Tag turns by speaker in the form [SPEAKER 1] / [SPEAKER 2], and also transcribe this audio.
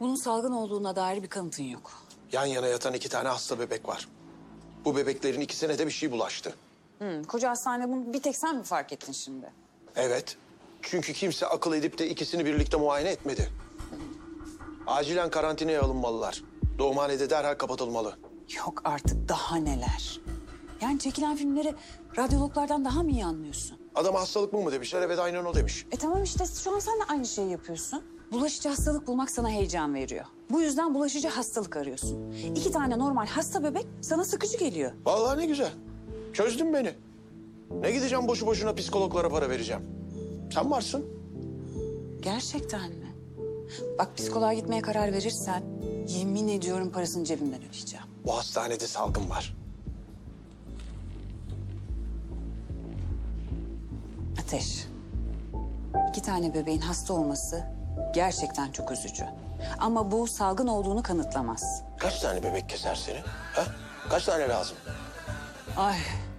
[SPEAKER 1] Bunun salgın olduğuna dair bir kanıtın yok.
[SPEAKER 2] Yan yana yatan iki tane hasta bebek var. Bu bebeklerin ikisine de bir şey bulaştı.
[SPEAKER 1] Hı, Hmm, koca hastanede bunu bir tek sen mi fark ettin şimdi?
[SPEAKER 2] Evet. Çünkü kimse akıl edip de ikisini birlikte muayene etmedi. Acilen karantinaya alınmalılar. Doğumhanede derhal kapatılmalı.
[SPEAKER 1] Yok artık daha neler. Yani çekilen filmleri radyologlardan daha mı iyi anlıyorsun?
[SPEAKER 2] Adam hastalık mı mı demişler, evet aynen o demiş.
[SPEAKER 1] E tamam işte şu an sen de aynı şeyi yapıyorsun. Bulaşıcı hastalık bulmak sana heyecan veriyor. Bu yüzden bulaşıcı hastalık arıyorsun. İki tane normal hasta bebek sana sıkıcı geliyor.
[SPEAKER 2] Vallahi ne güzel. Çözdün beni. Ne gideceğim boşu boşuna psikologlara para vereceğim. Sen varsın.
[SPEAKER 1] Gerçekten mi? Bak psikoloğa gitmeye karar verirsen yemin ediyorum parasını cebimden ödeyeceğim.
[SPEAKER 2] Bu hastanede salgın var.
[SPEAKER 1] Ateş. İki tane bebeğin hasta olması gerçekten çok üzücü. Ama bu salgın olduğunu kanıtlamaz.
[SPEAKER 2] Kaç tane bebek keser seni? Ha? Kaç tane lazım?
[SPEAKER 1] Ay